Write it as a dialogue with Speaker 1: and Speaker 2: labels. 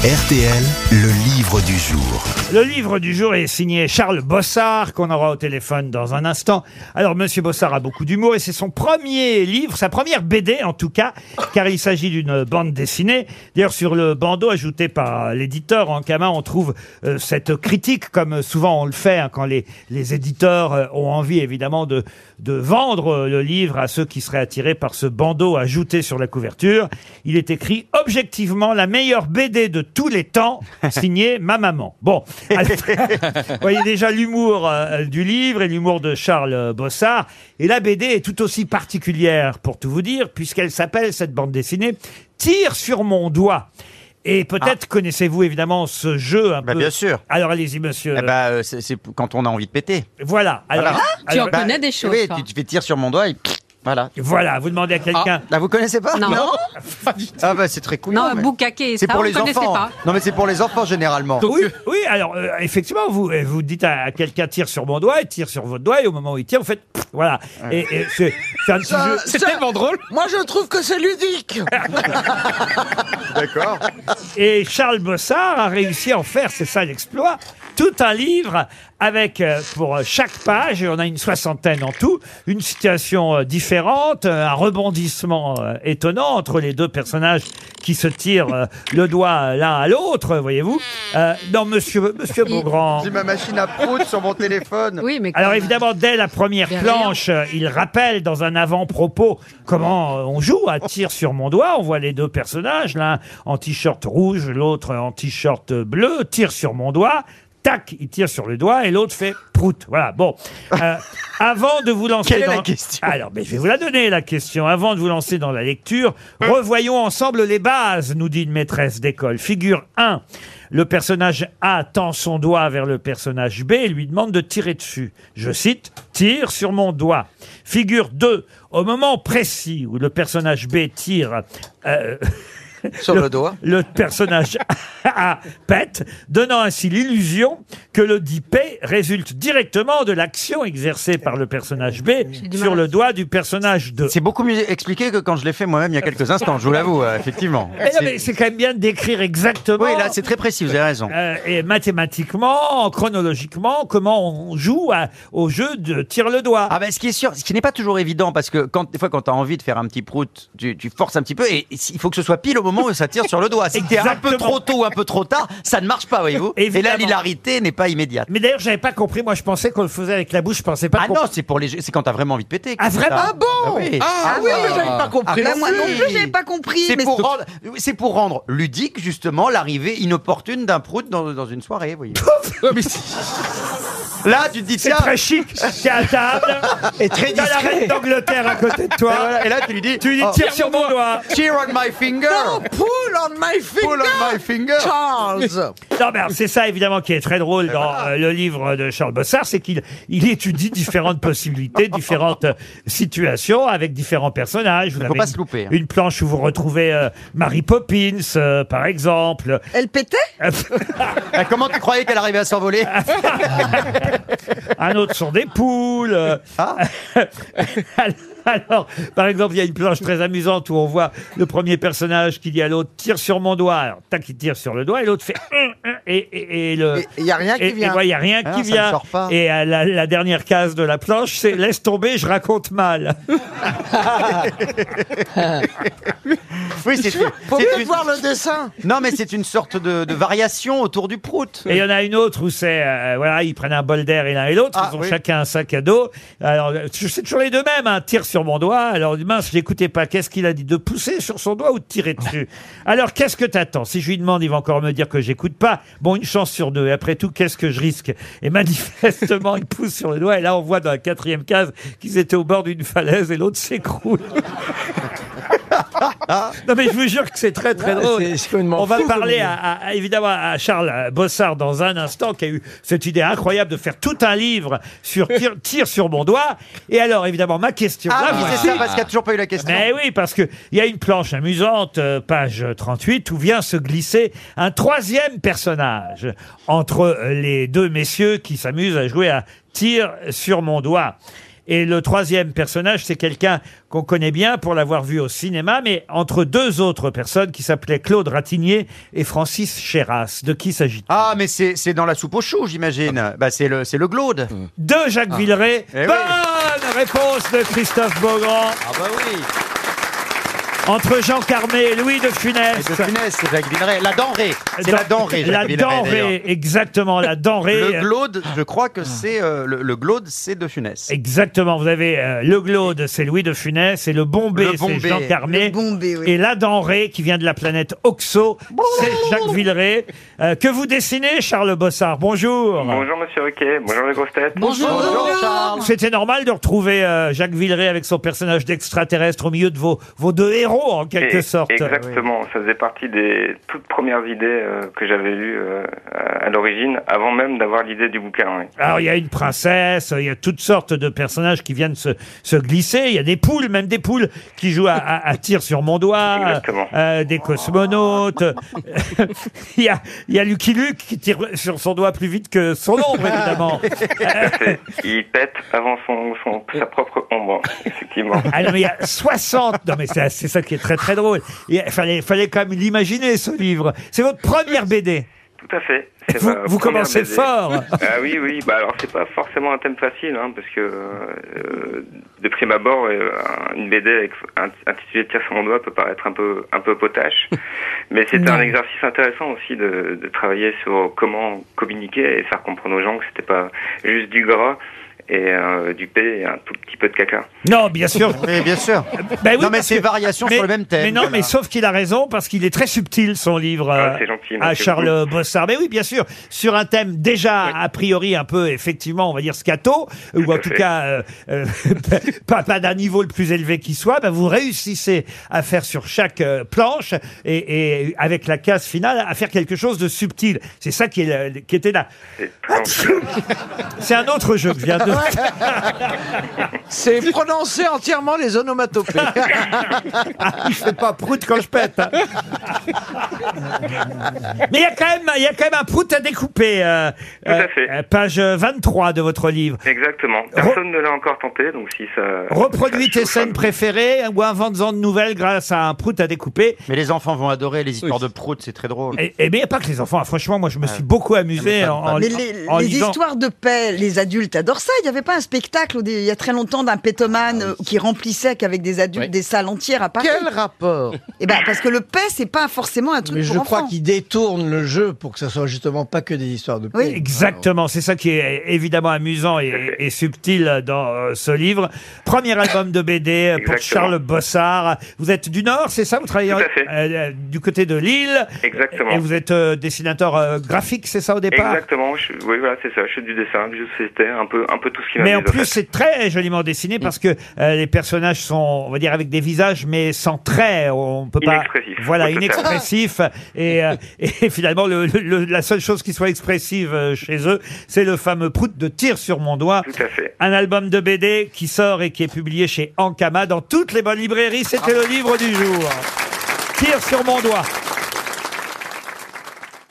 Speaker 1: RTL, le livre du jour.
Speaker 2: Le livre du jour est signé Charles Bossard, qu'on aura au téléphone dans un instant. Alors, Monsieur Bossard a beaucoup d'humour et c'est son premier livre, sa première BD en tout cas, car il s'agit d'une bande dessinée. D'ailleurs, sur le bandeau ajouté par l'éditeur en Camin, on trouve euh, cette critique, comme souvent on le fait, hein, quand les, les éditeurs euh, ont envie évidemment de, de vendre euh, le livre à ceux qui seraient attirés par ce bandeau ajouté sur la couverture. Il est écrit objectivement la meilleure BD de tous les temps, signée ma maman. Bon, alors, vous voyez déjà l'humour euh, du livre et l'humour de Charles euh, Bossard. Et la BD est tout aussi particulière, pour tout vous dire, puisqu'elle s'appelle, cette bande dessinée, Tire sur mon doigt. Et peut-être connaissez-vous évidemment ce jeu un
Speaker 3: Ah. Bah,
Speaker 2: peu.
Speaker 3: bien sûr.
Speaker 2: Alors allez-y, monsieur.
Speaker 3: Eh Ah, bah, euh, c'est c'est quand on a envie de péter.
Speaker 2: Voilà. Alors,
Speaker 3: Voilà.
Speaker 4: Tu
Speaker 2: alors,
Speaker 4: en connais des choses.
Speaker 3: oui,
Speaker 4: toi.
Speaker 3: tu te fais tirer sur mon doigt et voilà.
Speaker 2: Voilà, vous demandez à quelqu'un.
Speaker 3: Là, vous connaissez pas
Speaker 4: Non.
Speaker 3: Ah bah c'est très cool.
Speaker 4: Non,
Speaker 3: mais-
Speaker 4: Boukaké,
Speaker 3: C'est
Speaker 4: ça,
Speaker 3: pour
Speaker 4: on ne
Speaker 3: les
Speaker 4: connaissait
Speaker 3: enfants.
Speaker 4: pas.
Speaker 3: Non mais c'est pour les enfants généralement.
Speaker 2: Ah Oui, oui, alors euh, effectivement, vous euh, vous dites à, à quelqu'un tire sur mon doigt, il tire sur votre doigt, et au moment où il tire, vous faites pff, voilà. Et, et c'est c'est un petit jeu.
Speaker 5: C'est tellement drôle.
Speaker 6: Moi, je trouve que c'est ludique.
Speaker 3: D'accord.
Speaker 2: Et Charles Bossard a réussi à en faire, c'est ça l'exploit, tout un livre avec euh, pour euh, chaque page, et on a une soixantaine en tout, une situation euh, différente, euh, un rebondissement euh, étonnant entre les deux personnages qui se tirent euh, le doigt euh, l'un à l'autre, euh, voyez-vous. Euh, non, monsieur, monsieur Beaugrand.
Speaker 3: J'ai ma machine à prout sur mon téléphone.
Speaker 4: Oui, mais
Speaker 2: Alors évidemment, dès la première
Speaker 4: Bien
Speaker 2: planche, euh, il rappelle dans un avant-propos comment euh, on joue à tir sur mon doigt. On voit les deux personnages, l'un en t-shirt rouge, l'autre en t-shirt bleu, tire sur mon doigt. Tac, il tire sur le doigt et l'autre fait prout. Voilà, bon. Euh, avant de vous lancer
Speaker 3: Quelle est
Speaker 2: dans...
Speaker 3: la question
Speaker 2: Alors, mais je vais vous la donner, la question. Avant de vous lancer dans la lecture, revoyons ensemble les bases, nous dit une maîtresse d'école. Figure 1. Le personnage A tend son doigt vers le personnage B et lui demande de tirer dessus. Je cite, tire sur mon doigt. Figure 2. Au moment précis où le personnage B tire, euh,
Speaker 3: Sur le doigt.
Speaker 2: le personnage A pète, donnant ainsi l'illusion que le dit P résulte directement de l'action exercée par le personnage B
Speaker 4: du mal
Speaker 2: sur
Speaker 4: à-
Speaker 2: le doigt du personnage 2.
Speaker 3: C'est beaucoup mieux expliqué que quand je l'ai fait moi-même il y a quelques instants, je vous l'avoue, euh, effectivement.
Speaker 2: Mais Eh non,
Speaker 3: C'est-
Speaker 2: mais c'est quand même bien de décrire exactement
Speaker 3: Oui, là c'est très précis, vous avez raison.
Speaker 2: euh, et mathématiquement, chronologiquement, comment on joue à- au jeu de tire le doigt.
Speaker 3: Ah ben ce qui est sûr, ce qui n'est pas toujours évident parce que quand des fois quand t'as envie de faire un petit prout, tu, tu forces un petit peu et si- il faut que ce soit pile au moment où ça tire sur le doigt. Si t'es un peu
Speaker 2: Exactement.
Speaker 3: trop tôt ou un peu trop tard, ça ne marche pas, voyez-vous. Et
Speaker 2: Évidemment.
Speaker 3: là l'hilarité n'est pas immédiate.
Speaker 2: Mais d'ailleurs, j'avais pas compris. Moi, je pensais qu'on le faisait avec la bouche. Je pensais pas
Speaker 3: Ah
Speaker 2: qu'on-
Speaker 3: non, c'est pour les, jeux- c'est quand t'as vraiment envie de péter.
Speaker 2: Ah, vraiment
Speaker 3: Ah bon
Speaker 5: Ah, oui, mais j'avais pas compris.
Speaker 6: Là, moi non plus, j'avais pas compris.
Speaker 3: Ah, C'est
Speaker 6: mais
Speaker 3: pour, rendre, c'est pour rendre ludique justement l'arrivée inopportune d'un prout dans, dans une soirée. Voyez.
Speaker 5: Ouais, mais si.
Speaker 3: Là, tu te dis
Speaker 2: C'est
Speaker 3: tiens.
Speaker 2: très chic. T'es à table.
Speaker 3: Et très
Speaker 2: T'as la reine d'Angleterre à côté de
Speaker 3: Et,
Speaker 2: toi.
Speaker 3: voilà, et là, tu lui dis.
Speaker 2: Tu lui dis
Speaker 3: oh,
Speaker 2: tire sur mon doigt.
Speaker 3: Cheer on my finger.
Speaker 6: Non, pull on my finger.
Speaker 3: Pull on my finger.
Speaker 6: Charles.
Speaker 2: Non, mais alors, c'est ça évidemment qui est très drôle dans euh, le livre de Charles Bossard, c'est qu'il il étudie différentes possibilités, différentes euh, situations avec différents personnages. Vous
Speaker 3: faut
Speaker 2: avez
Speaker 3: pas
Speaker 2: une-
Speaker 3: se louper, hein.
Speaker 2: Une planche où vous retrouvez euh, Mary Poppins, euh, par exemple.
Speaker 6: Elle pétait
Speaker 3: Ah, Comment tu croyais qu'elle arrivait à s'envoler
Speaker 2: Ah. Un autre sont des poules. euh.
Speaker 3: Ah.
Speaker 2: Alors, par exemple, il y a une planche très amusante où on voit le premier personnage qui dit à l'autre tire sur mon doigt. Alors, tac, il tire sur le doigt et l'autre fait Hum, hum et, et- et le.
Speaker 6: Il y a rien
Speaker 2: Et-
Speaker 6: qui
Speaker 2: et
Speaker 6: vient.
Speaker 2: moi, il n'y a rien
Speaker 3: Ah non,
Speaker 2: qui
Speaker 3: ça
Speaker 2: vient.
Speaker 3: ne sort pas.
Speaker 2: Et à la, la dernière case de la planche, c'est laisse tomber, je raconte mal.
Speaker 3: Oui, c'est une-
Speaker 6: Faut
Speaker 3: c'est
Speaker 6: mieux
Speaker 3: une-
Speaker 6: voir le dessin. Ah,
Speaker 3: Non, mais c'est une sorte de, de variation autour du prout.
Speaker 2: Et il y en a une autre où c'est, euh, voilà, ils prennent un bol d'air et l'un et l'autre,
Speaker 3: Ah,
Speaker 2: ils ont
Speaker 3: oui.
Speaker 2: chacun un sac à dos. Alors, euh, c'est toujours les deux mêmes, hein, tire sur mon doigt. Alors, mince, je l'écoutais pas. Qu'est-ce qu'il a dit De pousser sur son doigt ou de tirer dessus Alors, qu'est-ce que t'attends Si je lui demande, il va encore me dire que j'écoute pas. Bon, une chance sur deux. Et après tout, qu'est-ce que je risque Et manifestement, il pousse sur le doigt. Et là, on voit dans la quatrième case qu'ils étaient au bord d'une falaise et l'autre s'écroule. non, mais je vous jure que c'est très, très drôle.
Speaker 5: C'est- c'est complètement
Speaker 2: Oh, On va
Speaker 5: fou, comme
Speaker 2: parler
Speaker 5: idée.
Speaker 2: à, à- à- évidemment à Charles Bossard dans un instant qui a eu cette idée incroyable de faire tout un livre sur tire, Tire sur mon doigt. Et alors évidemment ma question.
Speaker 3: Ah
Speaker 2: là,
Speaker 3: oui,
Speaker 2: vous
Speaker 3: c'est
Speaker 2: étiez-
Speaker 3: ça, parce qu'il n'y a toujours pas eu la question.
Speaker 2: mais oui, parce que il y a une planche amusante, euh, page 38, où vient se glisser un troisième personnage entre euh, les deux messieurs qui s'amusent à jouer à tir sur mon doigt. Et le troisième personnage, c'est quelqu'un qu'on connaît bien pour l'avoir vu au cinéma, mais entre deux autres personnes qui s'appelaient Claude Ratignier et Francis Chéras. De qui s'agit-il
Speaker 3: Ah, mais c'est c'est dans la soupe au chou, j'imagine. Bah, c'est le, c'est le glaude.
Speaker 6: Ah,
Speaker 2: De Jacques Villeray.
Speaker 3: Eh oui.
Speaker 2: Bonne réponse de Christophe Beaugrand.
Speaker 3: Ah, bah oui.
Speaker 2: Entre Jean Carmé et Louis de Funès.
Speaker 3: Et de finesse, c'est Jacques Villeray. La denrée. C'est la denrée, Jacques
Speaker 2: La
Speaker 3: Villeray, d'ailleurs.
Speaker 2: denrée, exactement, la denrée.
Speaker 3: Le glaude, je crois
Speaker 2: Ah.
Speaker 3: que c'est euh, le, le glaude, c'est de funeste.
Speaker 2: Exactement, vous avez euh, le Glaude, c'est Louis de Funès, et le Bombay,
Speaker 3: Le
Speaker 2: c'est
Speaker 3: Bombay.
Speaker 2: Jean Carmé,
Speaker 6: Bombay, oui.
Speaker 2: et la denrée qui vient de la planète Oxo, c'est Jacques Villeray, euh, que vous dessinez, Charles Bossard. Bonjour.
Speaker 4: Bonjour Monsieur Riquet, bonjour les grosses têtes.
Speaker 3: Bonjour, Charles.
Speaker 2: C'était normal de retrouver euh, Jacques Villeray avec son personnage d'extraterrestre au milieu de vos, vos deux héros, en quelque
Speaker 4: Et-
Speaker 2: sorte.
Speaker 4: Exactement, ça faisait partie des toutes premières idées euh, que j'avais lues euh, à à l'origine, avant même d'avoir l'idée du bouquin. oui.
Speaker 2: Alors, il y a une princesse, il y a toutes sortes de personnages qui viennent se, se glisser. Il y a des poules, même des poules qui jouent à, à, à tir sur mon doigt.
Speaker 4: Exactement.
Speaker 2: Euh, des cosmonautes. il, y a, il y a Lucky Luke qui tire sur son doigt plus vite que son ombre,
Speaker 3: Ah.
Speaker 2: évidemment.
Speaker 4: C'est- Il pète avant son, son- sa propre ombre, effectivement.
Speaker 2: Alors, il y a 60. Non, mais c'est c'est ça qui est très, très drôle. Il fallait, fallait quand même l'imaginer, ce livre. C'est votre première BD.
Speaker 4: Tout à fait. C'est
Speaker 2: Vous,
Speaker 4: ma
Speaker 2: vous
Speaker 4: première
Speaker 2: commencez
Speaker 4: BD.
Speaker 2: fort.
Speaker 4: Ah oui, oui, bah alors c'est pas forcément un thème facile, hein, parce que euh, de prime abord, euh, une BD avec un- intitulée Tire sur mon doigt peut paraître un peu, un peu potache, mais c'est un exercice intéressant aussi de, de travailler sur comment communiquer et faire comprendre aux gens que c'était pas juste du gras et euh, du P et un tout petit peu de caca.
Speaker 2: Non, bien sûr.
Speaker 3: Oui, bien sûr.
Speaker 2: Ben oui,
Speaker 3: non, mais
Speaker 2: parce
Speaker 3: c'est
Speaker 2: que-
Speaker 3: variation
Speaker 2: mais-
Speaker 3: sur le même thème.
Speaker 2: Mais non,
Speaker 3: voilà.
Speaker 2: mais sauf qu'il a raison parce qu'il est très subtil son livre
Speaker 4: Ah,
Speaker 2: euh,
Speaker 4: c'est gentil,
Speaker 2: à
Speaker 4: merci
Speaker 2: Charles euh, Bossard. Mais oui, bien sûr, sur un thème déjà
Speaker 4: Oui.
Speaker 2: a priori un peu effectivement, on va dire scato ou
Speaker 4: Tout
Speaker 2: en
Speaker 4: à
Speaker 2: tout
Speaker 4: fait.
Speaker 2: cas euh, euh, pas, pas d'un niveau le plus élevé qui soit, ben vous réussissez à faire sur chaque euh, planche et, et avec la case finale à faire quelque chose de subtil. C'est ça qui, est, le- qui était là.
Speaker 4: C'est très gentil.
Speaker 2: C'est un autre jeu que je viens de.
Speaker 6: C'est prononcer entièrement les onomatopées.
Speaker 2: Il fait pas prout quand je pète. hein. Mais il y, a quand même- il y a quand même un prout à découper. euh,
Speaker 4: Tout à fait.
Speaker 2: page 23 de votre livre.
Speaker 4: Exactement. Personne ne l'a encore tenté, donc si ça...
Speaker 2: Reproduis
Speaker 4: ça
Speaker 2: tes
Speaker 4: chauffe un
Speaker 2: scènes
Speaker 4: peu.
Speaker 2: préférées ou invente-en de nouvelles grâce à un prout à découper.
Speaker 3: Mais les enfants vont adorer les histoires de prout, c'est très drôle.
Speaker 2: Et, et mais il n'y a pas que les enfants. hein. Franchement, moi, je me suis beaucoup amusé en, en,
Speaker 6: Mais les,
Speaker 2: en
Speaker 6: les
Speaker 2: lisant.
Speaker 6: histoires de paix, les adultes adorent ça. Il n'y avait pas un spectacle au dé- il y a très longtemps d'un pétomane euh, qui remplissait qu'avec des adultes
Speaker 5: Oui.
Speaker 6: des salles entières à Paris.
Speaker 7: Quel rapport
Speaker 6: Eh ben, parce que le paix, c'est pas forcément un truc
Speaker 7: Mais
Speaker 6: pour
Speaker 7: je crois
Speaker 6: enfants.
Speaker 7: qu'il détourne le jeu pour que ça soit justement pas que des histoires de
Speaker 6: Oui,
Speaker 7: paix.
Speaker 2: Exactement, c'est ça qui est évidemment amusant et, et subtil dans euh, ce livre. Premier album de BD pour
Speaker 4: Exactement.
Speaker 2: Charles Bossard. Vous êtes du Nord, c'est ça Vous travaillez
Speaker 4: Tout à
Speaker 2: euh,
Speaker 4: fait.
Speaker 2: euh, du côté de Lille
Speaker 4: Exactement.
Speaker 2: Et vous êtes euh, dessinateur euh, graphique, c'est ça au départ
Speaker 4: Exactement, je, oui voilà c'est ça, je fais du dessin, du c'était un peu un peu tout ce qui
Speaker 2: Mais
Speaker 4: m'amuse,
Speaker 2: en
Speaker 4: en fait.
Speaker 2: plus, c'est très joliment dessiné parce que euh, les personnages sont, on va dire, avec des visages, mais sans traits. On peut pas.
Speaker 4: Inexpressifs,
Speaker 2: Voilà,
Speaker 4: au total.
Speaker 2: inexpressif. Et, euh, et finalement, le- le- le- la seule chose qui soit expressive euh, chez eux, c'est le fameux prout de tir sur mon doigt.
Speaker 4: Tout à fait.
Speaker 2: Un album de BD qui sort et qui est publié chez Ankama dans toutes les bonnes librairies. C'était le livre du jour. Tire sur mon doigt.